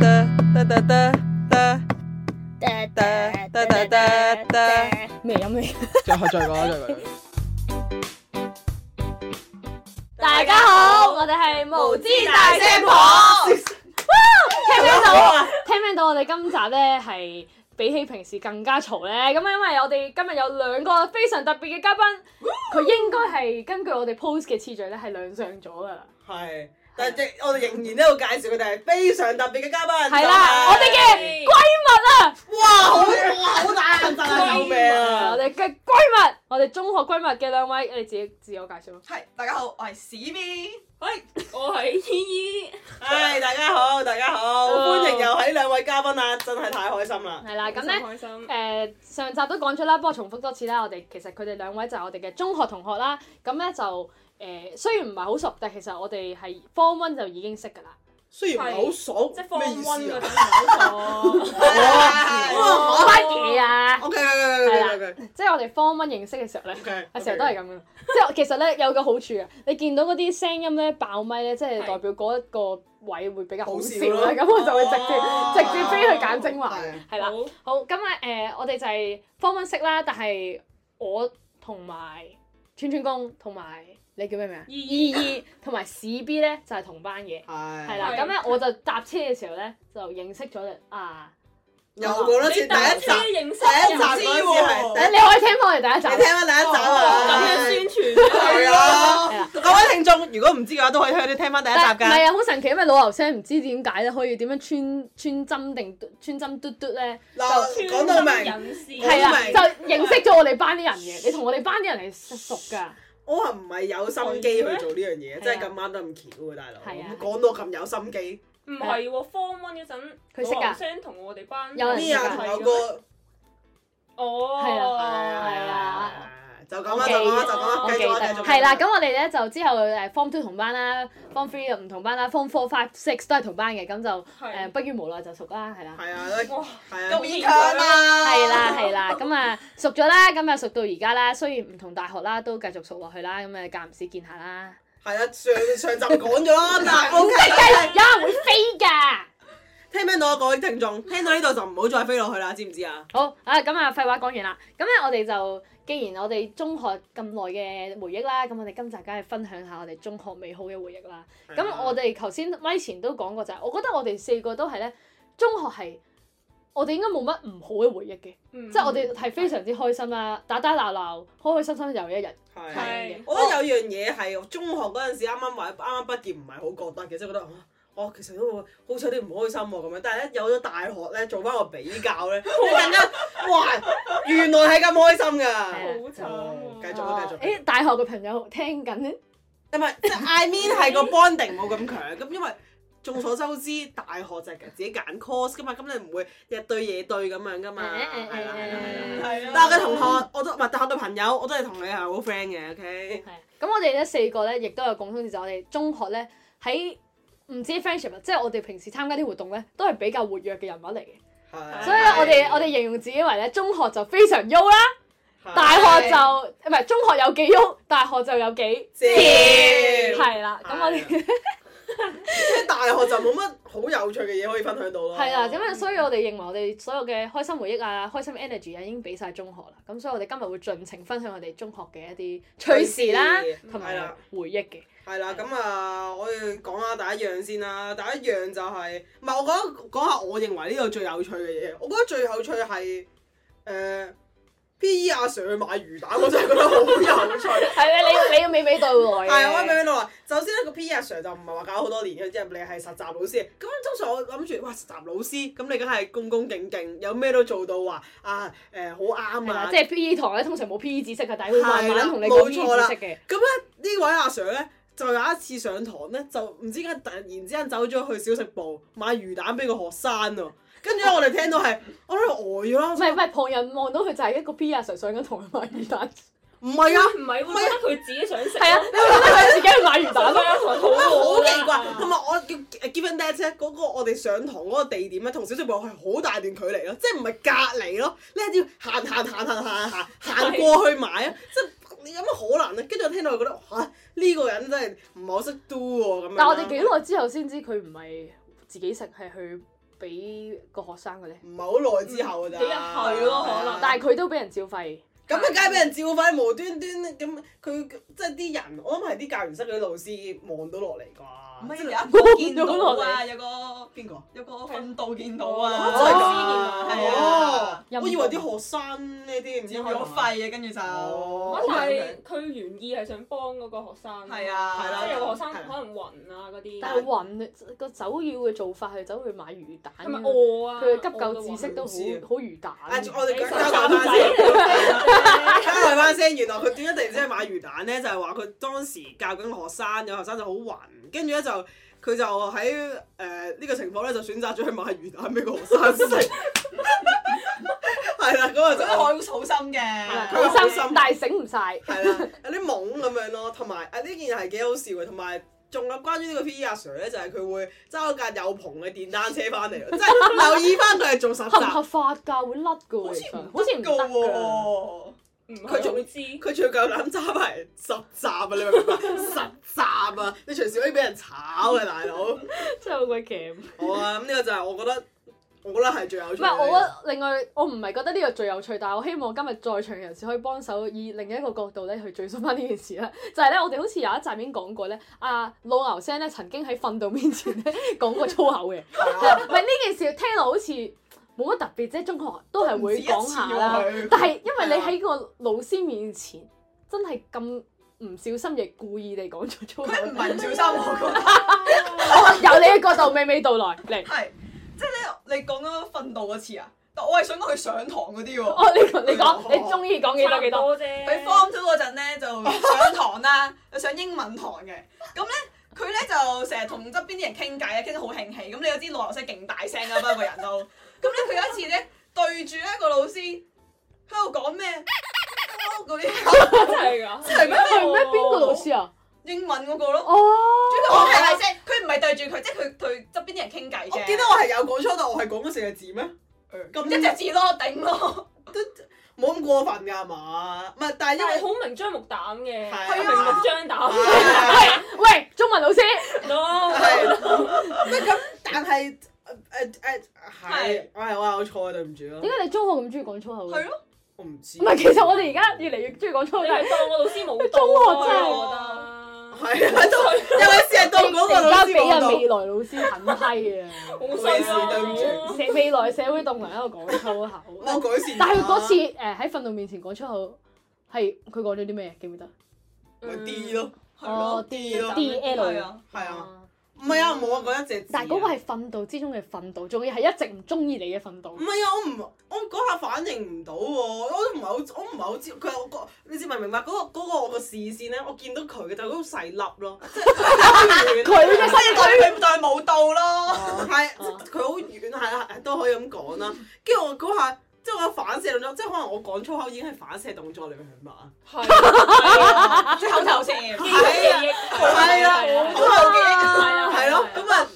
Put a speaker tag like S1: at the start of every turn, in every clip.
S1: 得得得得，
S2: 噠
S1: 噠噠噠噠噠
S2: 咩音嚟？
S1: 再再講再講。
S2: 大家好，我哋係無知大聲婆。啊聽唔聽 到？聽唔聽到？我哋今集咧係比起平時更加嘈咧。咁因為我哋今日有兩個非常特別嘅嘉賓，佢應該係根據我哋 post 嘅次序咧係亮相咗噶啦。
S3: 係，但係我哋仍然都要介紹佢哋係非常特別嘅嘉賓。
S2: 係啦，我哋嘅閨蜜啊！
S3: 哇，好哇好大壓力啊！救命
S2: 我
S3: 啊！
S2: 哋嘅閨蜜，我哋中學閨蜜嘅兩位，你自己自我介紹啦。
S4: 係，大家好，我係史 B。
S5: 我係依依，
S3: 唉，大家好，大家好，歡迎又喺兩位嘉賓啊！真係太開心啦！
S2: 係啦，咁
S5: 咁
S2: 咧。
S5: 開心
S2: 誒、。上集都講咗啦，不過重複多次啦。我哋其實佢哋兩位就係我哋嘅中學同學啦。咁咧就誒、雖然唔係好熟，但其實我哋係 form one 就已經識㗎啦。
S3: 雖然唔係好
S5: 即係
S3: 爽，
S5: 放
S3: 咩意
S5: 温
S3: 思
S5: 嗰
S3: 啊？
S5: 種唔好
S3: 哇
S2: 哦乜嘢啊？
S3: ！OK OK OK
S2: 即係我哋 form one 認識嘅時候咧。
S3: OK，
S2: 啊，成日都係咁樣，即係其實咧有個好處啊，你見到嗰啲聲音咧爆咪咧，即係
S5: 係
S2: 代表嗰一個位會比較好笑
S3: 好笑咯
S2: 啦，咁我就會直接、
S3: 哦
S2: 直接飛去揀精華
S3: 係，
S2: 係啦。好，咁啊誒，我哋就係方温式啦，但係我同埋串串工同埋你叫咩名啊？
S5: 依
S2: 依依同埋史 B 咧就係、同班嘅，
S3: 係
S2: 係啦。
S5: 係
S2: 咁咧我就搭車嘅時候咧就認識咗你啊。
S3: 又講多次，第一
S5: 你搭
S3: 集
S5: 車認識
S3: 第一集
S5: 人
S3: 嗰
S5: 知
S3: 陣時係第一
S2: 你
S5: 喎，
S2: 你可以聽翻我哋第一集
S3: 你。聽翻第一集啊！
S5: 咁樣宣傳
S3: 係
S2: 係
S3: 啊
S2: 啦！
S3: 各位聽眾，如果唔知嘅話，都可以去聽翻第一集
S2: 但唔
S3: 㗎。
S2: 係啊，好神奇，因為老牛聲唔知點解咧，可以點樣穿穿針定穿針嘟嘟咧，就
S3: 嗱，講到明。
S5: 隱私
S2: 係啊，
S3: 明
S2: 就認識咗我哋班啲人嘅。你同我哋班啲人係熟㗎，
S3: 我係唔係有心機去做呢樣嘢？
S2: 啊
S3: 真係咁啱得咁巧嘅大佬，
S2: 係啊
S3: 講到咁有心機，
S5: 唔係喎，form one 嗰陣，
S2: 佢識㗎
S5: 老聲同我哋班
S2: 有人
S3: 咩
S2: 識
S3: 啊？
S2: 㗎
S3: 仲有個係
S5: 哦，
S2: 係啊，
S3: 就咁啦，
S2: 記
S3: 就咁啦，就咁
S2: 我
S3: 啦，
S2: 記
S3: 繼續啦，啊繼
S2: 得
S3: 續。
S2: 係啦，咁我哋咧就之後誒 form two 同班啦，form three 又唔同班啦，form four five six 都係同班嘅，咁就誒
S5: 係
S2: 不於無奈就熟啦，係啦，
S3: 係啊，
S5: 哇，
S3: 係啊，
S5: 咁
S3: 勉
S5: 勉
S3: 強
S5: 強
S3: 啊，
S2: 係啦係啦，咁啊熟咗啦，咁啊熟到而家啦，雖然唔同大學啦，都繼續熟落去啦，咁啊間唔時見下啦，
S3: 係啦，上上集講咗啦， 但係 OK，
S2: 有人會飛㗎。
S3: 聽唔聽到啊？各位聽眾，聽到呢度就唔好再飛落去啦，知唔知啊？
S2: 好啊，咁啊，廢話講完啦。咁啊咧，我哋就既然我哋中學咁耐嘅回憶啦，咁我哋今集梗係分享下我哋中學美好嘅回憶啦。咁
S3: 嗯
S2: 我哋頭先咪前都講過就係，我覺得我哋四個都係咧，中學係我哋應該冇乜唔好嘅回憶嘅，
S5: 即
S3: 嗯
S2: 即係我哋係非常之開心啦，打打鬧鬧，開開心心又一日。
S3: 係啊。
S5: 係
S3: 我覺得有樣嘢係中學嗰陣時啱啱話啱啱畢業唔係好覺得嘅，即係覺得啊我、其實都會好似有啲唔開心喎咁樣。但係咧有咗大學咧做翻個比較 咧，你更加哇原來係咁開心
S2: 係
S3: 㗎。
S2: 啊
S5: 好慘啊
S3: 繼續啊繼續
S2: 誒，大學嘅朋友聽緊咧，
S3: 唔係即係 I mean 係個 bonding 冇咁強，咁因為眾所周知大學就係自己揀 course 㗎嘛，咁你唔會日對夜對咁樣㗎嘛，
S2: 誒誒誒
S3: 係啦係啦係啦。
S2: 誒
S5: 係啊
S3: 但係我嘅同學，我都唔係大學嘅朋友，我都係同你係好 friend 嘅，OK。
S2: 係啊咁我哋咧四個咧，亦都有共通點，就係我哋中學咧喺唔止 friendship，啊即係我哋平時參加啲活動咧，都係比較活躍嘅人物嚟嘅。
S3: 嗯
S2: 所以咧，我哋我哋形容自己為咧，中學就非常優啦，
S3: 哋
S2: 大學就唔係中學有幾優，大學就有幾
S3: 謝
S2: 係啦。咁我哋
S3: 即係大學就冇乜好有趣嘅嘢可以分享到咯。
S2: 係啦，咁啊，所以我哋認為我哋所有嘅開心回憶啊、開心 energy 啊，已經俾晒中學啦。咁所以我哋今日會盡情分享我哋中學嘅一啲趣事啦
S3: 趣事，
S2: 同
S3: 嗯
S2: 埋
S3: 係啦
S2: 回憶嘅。
S3: 係啦，咁啊，我哋講下第一樣先啦。第一樣就係、唔係我講講下我認為呢度最有趣嘅嘢。我覺得最有趣係誒、呃 P.E. 阿 Sir 買魚蛋，我真係覺得好有趣。
S2: 係啊，你要你要娓娓道
S3: 係，啊我
S2: 來嘅。
S3: 明到啦。首先咧，個 P.E. 阿 Sir 就唔係話搞好多年嘅，即係你係實習老師。咁通常我諗住，哇，實習老師咁你梗係恭恭敬敬，有咩都做到話啊誒好
S2: 係
S3: 啱
S2: 啦，
S3: 啊
S2: 即。係 P.E. 堂咧，通常冇 P.E. 知識嘅，但係會慢慢同你
S3: 係啦
S2: 講
S3: 冇
S2: P.E.
S3: 錯啦
S2: 知識嘅。
S3: 咁咧呢位阿 Sir 咧，就有一次上堂咧，就唔知點解突然之間走咗去小食部買魚蛋俾個學生喎。跟住咧，我哋聽到係，我喺度呆咗啦。
S2: 唔係唔係，旁人望到佢就係一個 P.E. 阿 Sir 上緊堂去買魚蛋，
S3: 唔係啊，
S5: 唔係喎，覺得佢自己想食
S2: 係 啊，你會覺得佢自己去買魚蛋啊
S5: 打
S2: 咯。
S5: 翻一台好
S3: 好奇怪。同埋我叫 given that 咧，嗰個我哋上堂嗰個地點咧，同小食部係好大段距離咯，即係唔係隔離咯，你係要行行行行行行行過去買啊，即係。你有乜可能啊咧？跟住我聽到，我覺得嚇呢、個人真係唔係好識 do 喎咁樣啦。
S2: 但我哋幾耐之後先知佢唔係自己食，係去俾個學生嘅咧？
S3: 唔係好耐之後㗎咋，
S5: 幾日後咯可
S3: 哦
S5: 能
S2: 但係佢都俾人照肺。
S3: 咁啊，梗係俾人照費，無端端咁佢即係啲人，我諗係啲教員室嗰啲老師望到落嚟
S4: 唔
S3: 啩。
S4: 係
S3: 即
S4: 有
S3: 係
S4: 一個見到啊，有個
S3: 邊個？
S4: 有個訓導見到啊，
S2: 哦真係㗎
S4: 係
S3: 哦
S4: 啊，
S2: 陰公
S3: 我以為啲學生呢啲唔知
S4: 佔咗肺啊，跟住就
S3: 哦
S5: 我
S3: ，OK，OK
S5: 但係佢原意係想幫嗰個學生，
S4: 係，啊，
S3: 係啦
S5: 即係有個學生
S3: 係啊
S5: 可能暈啊嗰啲，
S2: 但係暈啊個走魚嘅做法係走去買魚蛋
S5: 係咪
S2: 啊，
S5: 餓啊？
S2: 佢嘅急救知識都好
S3: 我都暈
S2: 好魚蛋。
S3: 啊！我哋
S5: 你
S3: 講
S5: 手
S3: 交代
S5: 手
S3: 翻先，
S5: 仔
S3: 交代翻先。原來佢點解突然之間買魚蛋咧？就係話佢當時教緊個學生，有學生就好暈，跟住咧就佢就喺誒呢個情況咧就選擇咗去買魚蛋俾個學生食。係啦，嗰個就
S4: 佢都好好心嘅，
S3: 佢
S2: 好
S3: 好
S2: 心
S3: 心，
S2: 但係醒唔晒。
S3: 係啦，有啲懵咁樣咯，同埋啊呢件係幾好笑嘅，同埋。仲有關於呢個 P.E. 阿 Sir 咧，就係佢會揸架有篷嘅電單車翻嚟咯，即 係留意翻佢係做實
S2: 合唔合
S3: 習。
S2: 法㗎？會甩㗎喎，
S4: 好
S2: 其
S4: 似
S2: 實
S4: 唔
S2: 好似唔
S4: 得
S2: 得㗎。
S4: 喎。
S5: 唔係
S3: 佢仲
S5: 會知，
S3: 佢仲要夠膽揸埋實習啊！你明唔明？實習啊！你隨時可以俾人炒嘅大 佬。
S2: 真係好鬼勁。
S3: 好啊，咁呢個就係我覺得，我覺得係最有
S2: 唔
S3: 趣嘅。
S2: 係我覺得另外我唔係覺得呢個最有趣，但係我希望今日在場人士可以幫手以另一個角度咧去追溯翻呢件事啦。就係咧，我哋好似有一集已經講過咧，阿老牛聲咧曾經喺訓導面前咧 講過粗口嘅。係唔係呢件事聽落好似冇乜特別啫，中學都係會講下啦
S4: 唔止一次喎佢。
S2: 但係因為你喺個老師面前真係咁唔小心，亦故意地講咗 粗口，
S4: 佢唔係唔小心，我覺得。
S2: 我由你嘅角度娓娓道來嚟。
S4: 係，即係 咧，你講咗訓導嗰次啊，但我係想講佢上堂嗰啲喎。
S2: 哦，你講你講，你中意講幾多幾多？
S5: 啫。
S4: 佢
S2: 啊
S4: form two 嗰陣咧就上堂啦，就上英文堂嘅。咁咧佢咧就成日同側邊啲人傾偈啊，傾得好興起。咁你有啲內流聲勁大聲啦，不過個人都。咁咧佢有一次咧對住咧個老師喺度講咩嗰啲
S5: 真係㗎，真係咩
S2: 係咩？邊個老？師啊？
S4: 英文嗰個咯。
S2: 哦，
S4: 主要佢係大聲，佢唔係對住佢，即係佢對側邊啲人傾偈
S3: 我
S4: 啫。
S3: 記得我係有講錯，但我係講咗四個字咩？
S4: 咁一隻字咯，頂咯。
S3: 冇咁過分㗎係嘛？唔係，但係因
S5: 但係
S3: 為
S5: 好明張目膽嘅，
S3: 係啊
S5: 明目張膽。
S2: 啊喂，中文老師，
S5: No，
S2: 啊
S3: 係咩咁？但係誒誒係
S4: 係，
S3: 我係我有錯，對唔住
S2: 點
S3: 咯，
S2: 解你中學咁中意講粗口
S4: 係
S2: 嘅？
S4: 咯。
S3: 我唔知。
S2: 唔係，其實我哋而家越嚟越中意講粗口
S5: 你，
S2: 但係
S5: 係當我老師冇到
S2: 中學真係
S5: 我覺得。
S3: 係啊，都有位事係當嗰個
S2: 而
S3: 老
S2: 家
S3: 師
S2: 俾啊
S3: 講
S2: 未來老師狠批啊！
S5: 好衰啊！
S3: 對唔住
S2: 社未來社會棟梁喺度講粗
S3: 到，我
S2: 口，
S3: 改善。
S2: 但係佢嗰次
S3: 啊
S2: 誒喺訓導面前講粗口，係佢講咗啲咩？記唔記得？
S3: 咪 D 咯，
S4: 係咯
S3: ，D 咯，
S2: 嗯哦 D L
S4: 係啊，
S3: 係啊，。唔係啊，冇啊，講一隻字啊。
S2: 但係嗰個係訓導之中嘅訓導，仲要係一直唔中意你嘅訓導
S3: 唔。係啊！我唔我嗰下反應唔到喎，我都唔係好，我唔係好知佢係我個，你知唔明白嗰、個嗰、個我個視線咧，我見到佢嘅，但係佢好細粒咯，即係佢好遠
S2: 佢嘅
S4: 所以代佢代冇到咯。
S3: 啊，係即係佢好遠，係啦，都可以咁講啦。跟住我嗰下，即係我反射動作，即係可能我講粗口已經係反射動作，你明唔明白啊？
S5: 係啊，
S4: 即口頭禪，
S2: 啊
S5: 記憶
S3: 係啊
S5: 係啊
S3: 好後嘅，
S2: 係啊
S3: 係咯，
S2: 係
S3: 咁啊，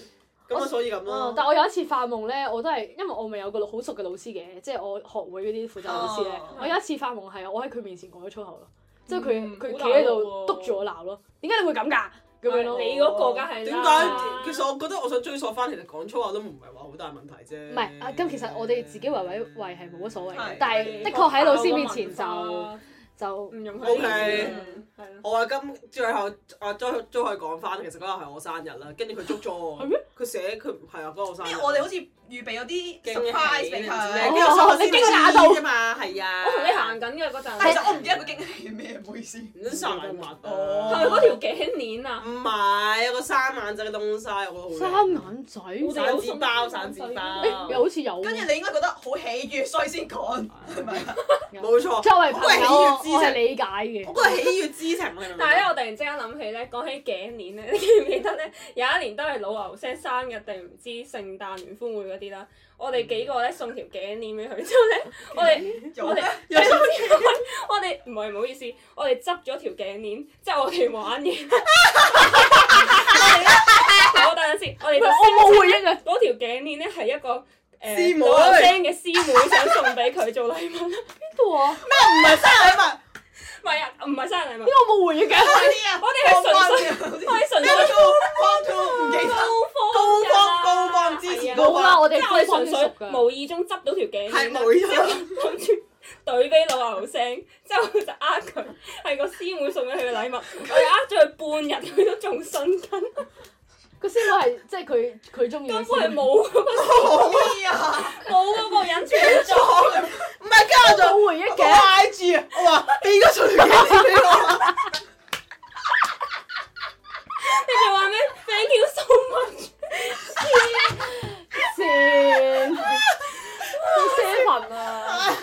S3: 咁啊，所以咁
S2: 嗯
S3: 咯，。
S2: 但我有一次發夢咧，我都係因為我咪有個好熟嘅老師嘅，即係我學會嗰啲負責老師咧。
S5: 啊
S4: 哦
S2: 我有一次發夢係我喺佢面前講咗粗口咯，即係佢
S5: 嗯
S2: 佢
S5: 好
S2: 企喺
S5: 大
S2: 度
S5: 鑊喎
S2: 督住我鬧咯。點解你會咁㗎？咁樣咯。
S5: 你嗰個梗係
S3: 點
S5: 啦
S3: 解？其實我覺得我想追溯翻，其實講粗口都唔係話好大問題啫。
S2: 唔係啊，咁其實我哋自己維維維係冇乜所謂嘅
S4: 係，
S2: 但係的確喺老師面前就就
S5: 唔容許
S3: OK
S5: 係咯。
S3: 我話今最後啊，再再可以講翻，其實嗰日係我生日啦，跟住佢捉咗我。
S2: 係咩？
S3: 佢寫佢係啊，嗰日我生日。
S4: 咩？我哋好似預備咗啲
S3: 驚喜
S4: surprise 俾
S2: 咩
S3: 跟
S4: 佢
S3: 住，我心諗
S2: 哦你驚訝
S3: 先
S2: 到
S3: 知啫嘛，係啊。
S5: 我同你行緊嘅嗰陣，
S4: 但係其實我唔記得個驚喜係咩，唔好意思。
S3: 唔知三眼畫
S4: 哦
S5: 係咪嗰條頸鏈啊？
S3: 唔係有個三眼仔嘅東西，我覺得好
S2: 三
S3: 靚。
S2: 眼仔，
S5: 我
S3: 散紙包，散紙
S2: 誒
S3: 包。
S2: 又好似有。
S4: 跟住你應該覺得好喜悅，所以先講。
S3: 冇錯，
S2: 作為朋
S3: 我
S2: 友，
S3: 係喜悅
S2: 我係
S3: 之情，
S2: 理解嘅。
S3: 我覺得喜悅之情你明唔明啊
S5: 但係咧，我突然之間諗起咧，講起頸鏈咧， 你記唔記得咧？有一年都係老牛聲生日定唔知聖誕聯歡會嗰啲啦，我哋幾個咧送條頸鏈俾佢之後咧，我哋
S4: 有
S5: 我哋
S4: 咩？
S5: 有時 我哋唔係唔好意思，我哋執咗條頸鏈，即係我哋玩嘢。我等陣先，我哋
S2: 喂我冇回憶
S5: 就聲
S2: 啊！
S5: 稱嗰條頸鏈咧係一個
S3: 師
S5: 誒
S3: 妹
S5: 老牛聲嘅師妹想送俾佢做禮物。
S2: 邊個啊？
S3: 唔係生日禮物，
S5: 唔係啊，唔係生日禮物
S2: 呢，個冇回啊應嘅，
S4: 啊
S5: 我哋係純粹，我哋純粹
S3: 唔記得。高
S5: 高方㗎
S3: 方高方支持高
S2: 冇啦，
S3: 方，
S2: 我哋
S5: 即 係我
S2: 高
S5: 哋
S2: 分
S5: 純
S2: 熟
S5: 粹
S2: 㗎。
S5: 無意中執到條頸
S3: 係
S5: 鏈啦
S3: 冇咗。
S5: 諗住 懟俾老牛聲， 之後就呃佢，係個師妹送咗佢 嘅禮物，我哋呃咗佢半日，佢都仲信 緊，根
S2: 個師傅係即係佢佢中意嘅
S5: 本
S2: 師傅
S5: 係 冇嗰個
S4: 好啊！
S5: 冇嗰個人存在。
S3: 唔係加咗
S2: 冇回憶
S3: 我
S2: 嘅，
S3: I G 啊，我話你而家隨便俾我，
S5: 你哋話咩？Thank you so much。
S2: 線好 seven 啊！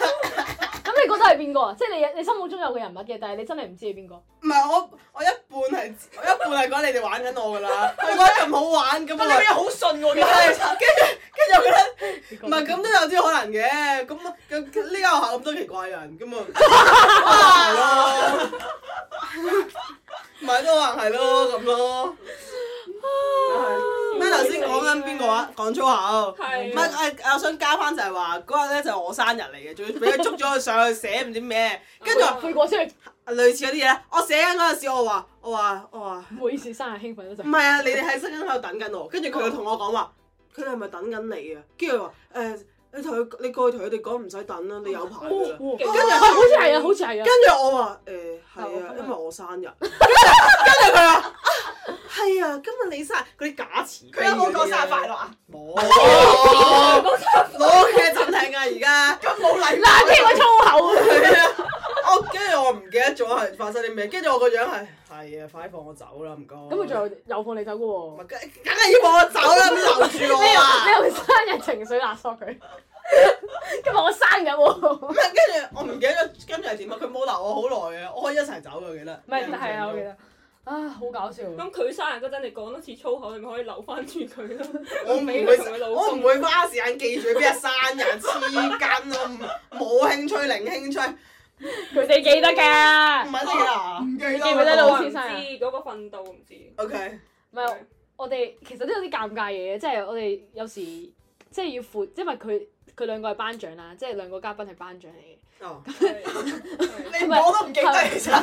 S2: 咁你覺得係邊個啊？即係你你心目中有個人物嘅，但係你真係唔知係邊個。
S3: 唔係我我一半係我一半係講你哋玩緊我㗎啦，你覺得咁好玩咁
S4: 但你俾
S3: 我。
S4: 人好信喎，
S3: 唔
S4: 其
S3: 係，跟住跟
S4: 實
S3: 住我覺得
S2: 你覺
S3: 唔
S2: 得
S3: 係咁都有啲可能嘅，咁啊咁呢間學校咁多奇怪人，咁 啊可能係咯，唔係都話係咯咁咯。咩頭先講緊邊個啊？講粗口。
S5: 係
S3: 唔係，誒，我想加翻就係話嗰日咧就係我生日嚟嘅，仲要俾佢捉咗佢上去寫唔知咩，跟住話
S2: 悔過先，
S3: 類似嗰啲嘢。我寫緊嗰陣時，我話我話我話
S2: 唔好意思，生日興奮嗰
S3: 唔
S2: 陣。
S3: 係啊，你哋喺新間喺度等緊我，跟住佢就同我講話，佢哋係咪等緊你啊？跟住佢話誒，你同佢你過去同佢哋講唔使等啦，你有排㗎啦。
S2: 哦
S5: 跟
S2: 哦係好似係啊，好似係
S3: 跟
S2: 啊。
S3: 住我話誒係啊，因為我生日。跟住跟住佢話啊係啊，今日你生日嗰啲假詞。
S4: 佢有冇講生日快樂？啊？
S3: 冇，攞嘅真係啊！而家
S4: 咁冇禮貌
S2: 嗱，聽個粗口。
S3: 係啊，我跟住我唔記得咗係發生啲咩，跟住我個樣係係啊，快放我走啦，唔該。
S2: 咁佢仲有有放你走嘅
S3: 唔
S2: 喎。
S3: 係梗梗係要放我走啦，唔好留住我啊！
S2: 你又生日情緒勒索佢。今日我生日喎。
S3: 唔係，啊跟住我唔記得咗，跟住係點啊？佢冇鬧我好耐嘅，我可以一齊走嘅，我記得。
S2: 唔係，係 啊，我記。得。啊，好搞笑。
S5: 咁佢生日嗰陣，你講多次粗口，你咪可以留翻住佢 咯。
S3: 我唔
S5: 俾
S3: 會
S5: 佢同佢，老
S3: 我唔
S5: 公。
S3: 會花時間記住邊日生日黐筋，我唔冇興趣，零興趣，
S2: 佢哋記得
S3: 唔
S2: 㗎。
S3: 係啊得啦。
S4: 唔記
S2: 記唔記得老
S5: 我唔
S2: 師
S5: 知
S2: 生日？
S5: 嗰個訓導 唔知。
S3: O K，
S2: 唔係。我哋其實都有啲尷尬嘢嘅，即係我哋有時即係要負，因為佢佢兩個係班長啊啦，即係兩個嘉賓係班長嚟嘅。
S3: 哦，
S5: 係
S4: 你唔講都唔記得，其實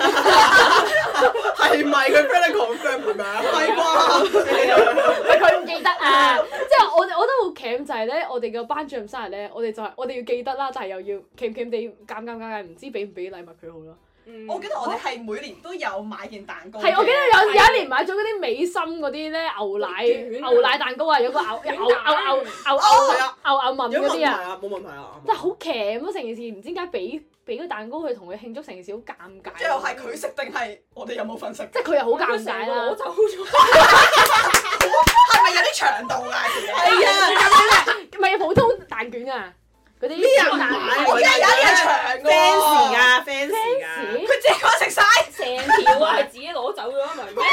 S3: 係咪佢 friend confirm 㗎？係啩？
S2: 喂佢唔記得啊！即係我哋我都好鉗就係咧，我哋嘅班主任生日咧，我哋就係、我哋要記得啦，但係又要鉗鉗地尷尷尬尬，唔知俾唔俾禮物佢好咯。
S5: 嗯
S4: 我記得我哋係每年都有買件蛋糕嘅。
S2: 係我記得有
S5: 係
S2: 有一年買咗嗰啲美心嗰啲咧牛奶
S5: 卷啊
S2: 牛奶蛋糕啊，有個牛牛牛牛牛牛
S3: 哦，係啊，
S2: 牛牛
S3: 有
S2: 文
S3: 問
S2: 嗰
S3: 題
S2: 啲啊，
S3: 啊，冇問題啊。
S2: 真係好鉗咯成件事，唔知點解俾俾個蛋糕佢同佢慶祝成件事好尷尬。啊
S4: 最後係佢食定係我哋有冇份食？
S2: 即係佢又好尷尬啦。
S5: 我走咗。
S4: 係咪有啲長度㗎？其實
S2: 係啊，唔係普通蛋卷啊，嗰啲
S3: 啲人
S2: 蛋
S3: 買啊
S4: 我
S3: 我
S4: 而
S2: 啊
S4: 家有一日長㗎
S3: 啊，fans 啊
S4: 喎，
S3: 㗎，fans 㗎。
S4: 佢自己講食晒。
S5: 成條啊，係自己攞走咗，咪 咩？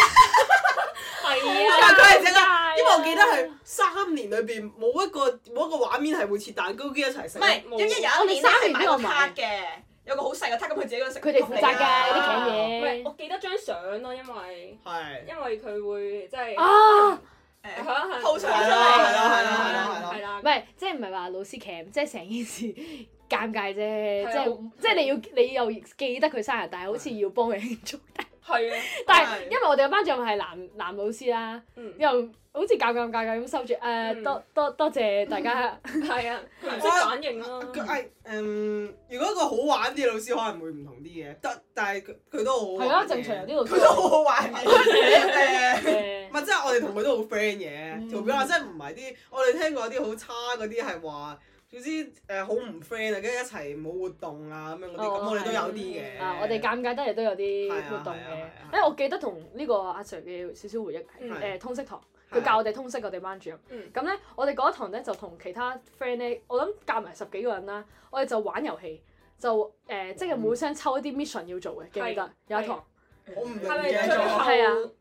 S3: 但係
S5: 係啊。
S3: 佢係整啊，因為我記得係三年裏邊冇一個冇一個畫面係會切蛋糕機一齊食。
S4: 唔係，因為有一年咧係買個塔嘅，有個好細嘅塔，咁佢自己嗰度食。
S2: 佢哋負責㗎
S4: 㗎
S2: 啲頸
S5: 啊唔係，
S2: 嘢
S5: 我記得張相咯，因為
S3: 係
S5: 因為佢會即係。
S2: 啊，唔
S5: 係
S4: 誒，
S5: 啦，
S4: 鋪上出嚟。
S3: 係啦係啦係啦係啦
S5: 係啦。
S2: 係即係唔係話老師 cam，即係成件事尷尬啫，
S5: 啊
S2: 即係即係你要你又記得佢生日，但係好似要幫佢慶祝，
S5: 係啊，
S2: 但係因為我哋嘅班長係男男老師啦，
S5: 嗯，
S2: 又好似尷尷尬尬咁收住誒，
S5: 嗯
S2: 多多多謝大家，
S5: 係啊，佢唔識反應咯。
S3: 佢係誒，如果一個好玩啲老師可能會唔同啲嘅，但但係佢佢都好
S5: 嗯
S3: 好
S2: 係
S3: 玩
S2: 啊，
S3: 嘅
S2: 正常有啲老
S4: 佢都
S2: 師
S4: 好好玩嘅。
S3: 誒
S2: 嘅
S3: 唔，係，即係我哋同佢都好 friend
S2: 嗯
S3: 嘅，條表啊，即係唔係啲我哋聽過啲好差嗰啲係話，總之誒好唔 friend 啊，跟住一齊冇活動啊咁樣嗰啲，
S2: 哦
S3: 咁我哋都有啲嘅。
S2: 啊，我哋尷尬得嚟都有啲活動
S3: 係啊係啊
S2: 嘅，因為我記得同呢個阿 Sir 嘅少少回憶
S5: 嗯
S2: 係誒通識堂。
S3: 係啊
S2: 佢教我哋通識，我哋班主任
S5: 嗯。
S2: 咁咧、我哋嗰一堂咧就同其他 friend 咧，我諗夾埋十幾個人啦，我哋就玩遊戲，就誒、呃即係
S3: 嗯
S2: 每聲抽一啲 mission 要做嘅，記唔記得？有一堂
S3: 我唔唔記
S5: 係咪
S3: 得
S5: 最
S3: 咗。
S2: 啊
S5: 後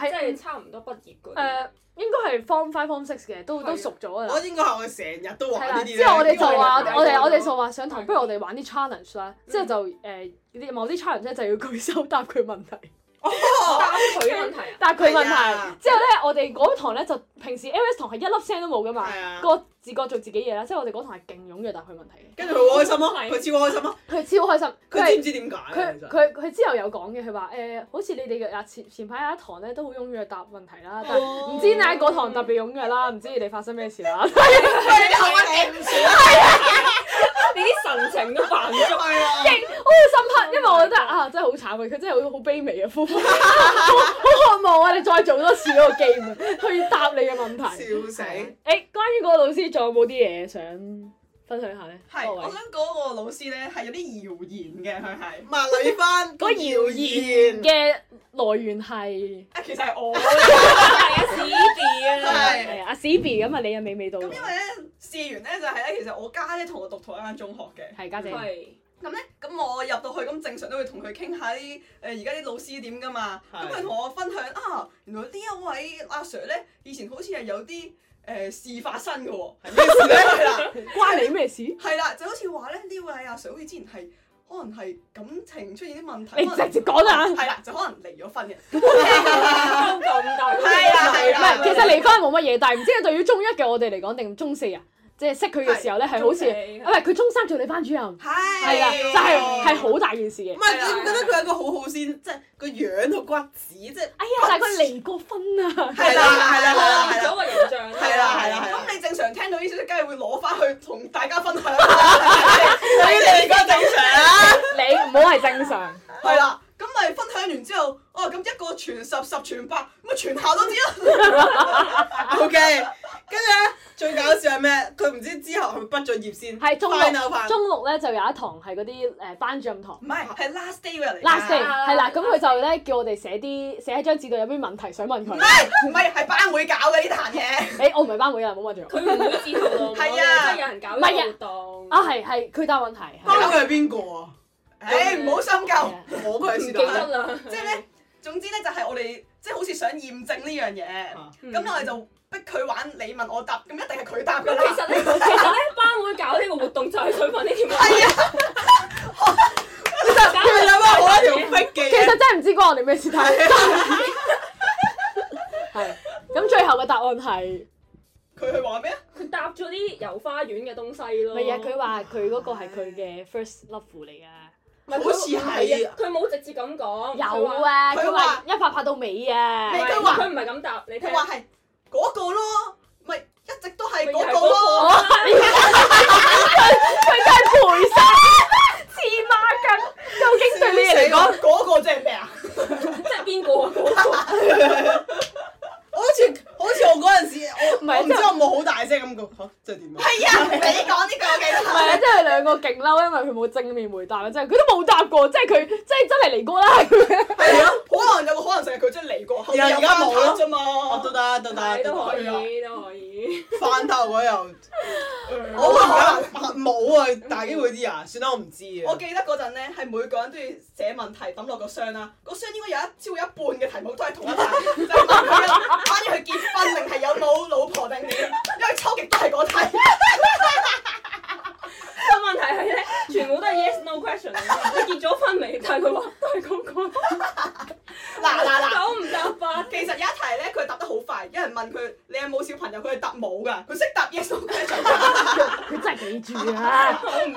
S5: 即
S2: 係誒、
S5: 係差唔多畢業嗰啲？
S2: 呃、應該係 form five form six 嘅，都
S5: 係
S2: 都熟咗㗎
S3: 我
S2: 啦。
S3: 應該係啊我成日都
S2: 係
S3: 玩
S2: 啦，
S3: 呢啲啊
S2: 之後我哋就話我
S5: 因為
S2: 哋我哋我哋
S5: 係
S2: 就話上堂，不如我哋玩啲 challenge 啦。之後就誒、呃、某啲 challenge 咧就要舉手答佢問題。
S5: 答佢問 題啊！
S2: 但係佢問
S3: 係啊
S2: 題之後咧，我哋嗰堂咧就平時 L S 堂係一粒聲都冇噶嘛
S3: 係，啊
S2: 個自覺做自己嘢啦。即係我哋嗰堂係勁踴躍答佢問題
S3: 跟住佢好開心咯，佢超開心咯，
S2: 嘅，佢超開心。佢
S3: 佢知
S2: 係
S3: 唔知點解啊？
S2: 佢
S3: 其實
S2: 佢佢之後有講嘅，佢話誒，好似你哋嘅啊前前排有一堂咧都好踴躍答問題啦，但
S3: 哦
S2: 係唔知點解嗰堂特別踴 躍啦，唔知你哋發生咩事啦。
S4: 你後我頂唔住啊！
S5: 你啲神情都扮咗。
S3: 係啊，
S2: 好深刻，因為我 覺得啊，真係好慘嘅，佢真係好好卑微啊嘅夫婦，好好渴望我哋再做多次嗰個 game 去答你嘅問
S4: 啊
S2: 題。
S3: 笑死！
S2: 誒，關於嗰個老師，仲有冇啲嘢想分享下咧？
S4: 係，
S2: 各位
S4: 我想嗰個老師咧係有啲謠言嘅，佢係
S3: 萬里翻個謠言，
S2: 嘅來源係
S4: 啊，其實係我。
S5: 係啊，屎地啊！
S4: 係
S2: 係阿 Sibi 咁啊，你又娓娓道
S4: 咁因為
S2: 來，
S4: 咧試完咧就係咧，其實我家姐同我讀同一間中學嘅。
S2: 係家姐，
S5: 係
S4: 咁咧，咁我入到去咁正常都會同佢傾下啲誒而家啲老師點噶嘛。
S3: 係
S4: 咁佢同我分享啊，原來呢一位阿 Sir 咧，以前好似係有啲誒、呃事發生嘅喎。
S3: 係咩事
S4: 係
S3: 咧？
S4: 啦，
S2: 關你咩事？你
S4: 係啦，就好似話咧，呢位阿 Sir 好似之前係可能係感情出現啲問題。可能
S2: 直接講啦。
S4: 係啦，就可能離咗婚嘅。
S5: 都咁大。
S4: 係啊係
S2: 唔
S4: 啊
S2: 係，其實離婚冇乜嘢，但係唔知係對於中一嘅我哋嚟講，定中四啊，即係識佢嘅時候咧，係好似
S5: 中四
S2: 啊，唔係佢中三做你班主任，
S4: 係啊
S2: 係啦，就係係好大件事嘅
S3: 唔。係你唔覺得佢有個好好先，即係個樣同骨子，即係
S2: 哎呀，但係佢離過婚啊，
S3: 係啦係啦係啦係
S5: 咗
S3: 啦，
S5: 個形象。
S3: 係啦係啦係啦
S4: 咁你正常聽到呢消息，梗係會攞翻去同大家分享啦。
S3: 你哋而家正常啊？
S2: 你唔好係正常。
S4: 係啦，咁咪分享完之後，哦，咁一個傳十，十傳百，咁咪啊全校都知啦。
S3: O K，跟住咧最搞笑係咩？佢唔知之後係咪畢咗業先，
S2: 係中
S3: 翻啊
S2: 六
S3: 翻，
S2: 中六咧就有一堂係嗰啲誒班主任堂
S4: 唔係，係 last day 嚟㗎。
S2: ，last day
S5: 啊
S2: 係啦，咁佢就咧叫我哋寫啲寫喺張紙度有咩問題想問
S4: 唔
S2: 佢。
S4: 係，唔係，係班會搞嘅呢壇 嘢。
S2: 誒，我唔係班會嘅，啊唔好問住我。
S5: 佢唔會自投羅網嘅，
S4: 係啊
S5: 即係有人搞呢個活動。
S2: 啊，係係，佢答問題係
S3: 關
S2: 啦
S3: 佢係邊個啊？
S4: 誒，唔好深
S2: 係
S4: 究。
S2: 啊
S3: 我佢係
S5: 唔記
S3: 是但
S5: 得
S3: 啦，
S5: 啦。
S4: 即係咧，總之咧就係我哋即係好似想驗證呢樣嘢，咁我哋就逼佢玩你問我答，咁一定係佢答㗎
S5: 其
S4: 啦。
S5: 實咧，其實咧，班會搞呢個活動就係想問呢條問題。
S4: 啊
S3: 佢哋兩個好一條逼嘅
S2: 其實
S3: 嘢，
S2: 真係唔知關我哋咩事，但係 係啊咁最後嘅答案係
S4: 佢去玩咩啊？
S5: 佢搭咗啲遊花園嘅東西咯。
S2: 咪
S4: 哦
S2: 呀？佢話佢嗰個係佢嘅 first love 嚟㗎。
S3: 好似係
S5: 啊，佢冇直接咁講。
S2: 有啊，
S4: 哦佢
S2: 佢
S4: 話
S2: 話一拍拍到尾啊
S5: 佢。話，
S4: 佢話
S5: 佢唔係咁答，你聽
S4: 佢。話係嗰個咯，咪一直都係
S5: 咪又
S4: 嗰
S5: 係
S4: 個咯。
S5: 嗰個啊
S2: 佢真係陪生，黐孖筋。究竟對你嚟講，
S4: 講嗰個即係咩啊？
S5: 即係邊個啊？嗰個
S3: 好似好似我嗰陣時，我
S2: 唔係
S3: 我唔知我冇好大聲咁講，嚇即係點啊？
S4: 係啊，你講呢句我記
S2: 唔
S4: 得。
S2: 係啊，即係兩個勁嬲，因為佢冇正面回答啊，即係佢都冇答過，即係佢即係真係嚟過啦。
S4: 係啊，可能有個可能性係佢真係嚟過，後面
S3: 而
S4: 有
S3: 家
S4: 翻
S3: 冇咯
S4: 啫
S3: 我
S4: 嘛。
S3: 都哦得都得
S5: 係
S3: 都
S5: 都
S3: 得
S5: 可以，都可以。
S3: 翻頭嗰又。我
S4: 我
S3: 而家冇啊，大機會啲啊，算啦，我唔知啊。
S4: 我記得嗰陣咧，係每個人都要寫問題抌落個箱啦，個箱應該有一超過一半嘅題目都係同一題， 就係問佢關於佢結婚定係有冇老婆定點，因為抽極都係嗰題。
S5: 個問題係咧，全部都係 yes no question 嚟嘅。你結咗婚未？但係佢話都係嗰個。
S4: 嗱嗱嗱！
S5: 九唔搭八。
S4: 其實有一題咧，佢答得好快，有人問佢你有冇小朋友，佢係答冇㗎，佢識答 yes or no
S2: 佢真係記住啊！
S5: 我唔記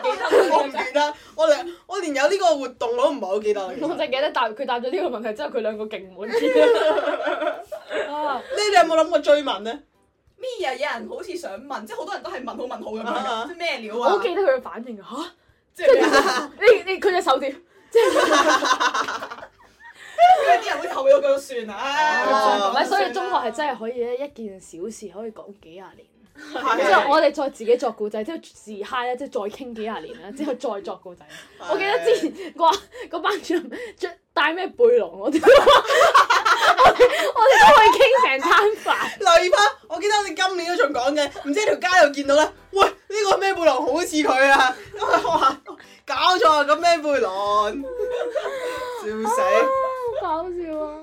S5: 得
S3: 我唔
S5: 啦。
S3: 記得，我連我連有呢個活動我都唔係好記得啦。其
S2: 我
S3: 實
S2: 淨係記得答佢答咗呢個問題之後，佢兩個勁滿意 啊！
S3: 你哋有冇諗過追問咧？
S4: 咩嘢？有人好似想問，即係好多人都係問好問好咁樣
S3: 啊
S4: 㗎，即係咩料
S2: 我好
S4: 啊？
S2: 記得佢嘅反應啊！
S4: 即係咩啊
S2: 嚇，你你佢隻手點？
S4: 因為啲人會投咗佢算
S3: 哦
S2: 唔
S4: 啊。
S2: 係，所以中學係真係可以咧，一件小事可以講幾廿年。之後
S3: 係
S2: 我哋再自己作故仔，之後自嗨咧，即係再傾幾 廿年啦，之後再作故仔。我記得之前個個班主任着戴咩背囊，我哋都 我哋都可以傾成餐 飯。
S3: 留意翻，我記得我哋今年都仲講嘅，唔知喺條街度見到咧，喂呢個咩背囊好似佢啊！ 咁我話搞錯啊，咁咩背囊？笑死！
S2: 好搞笑啊！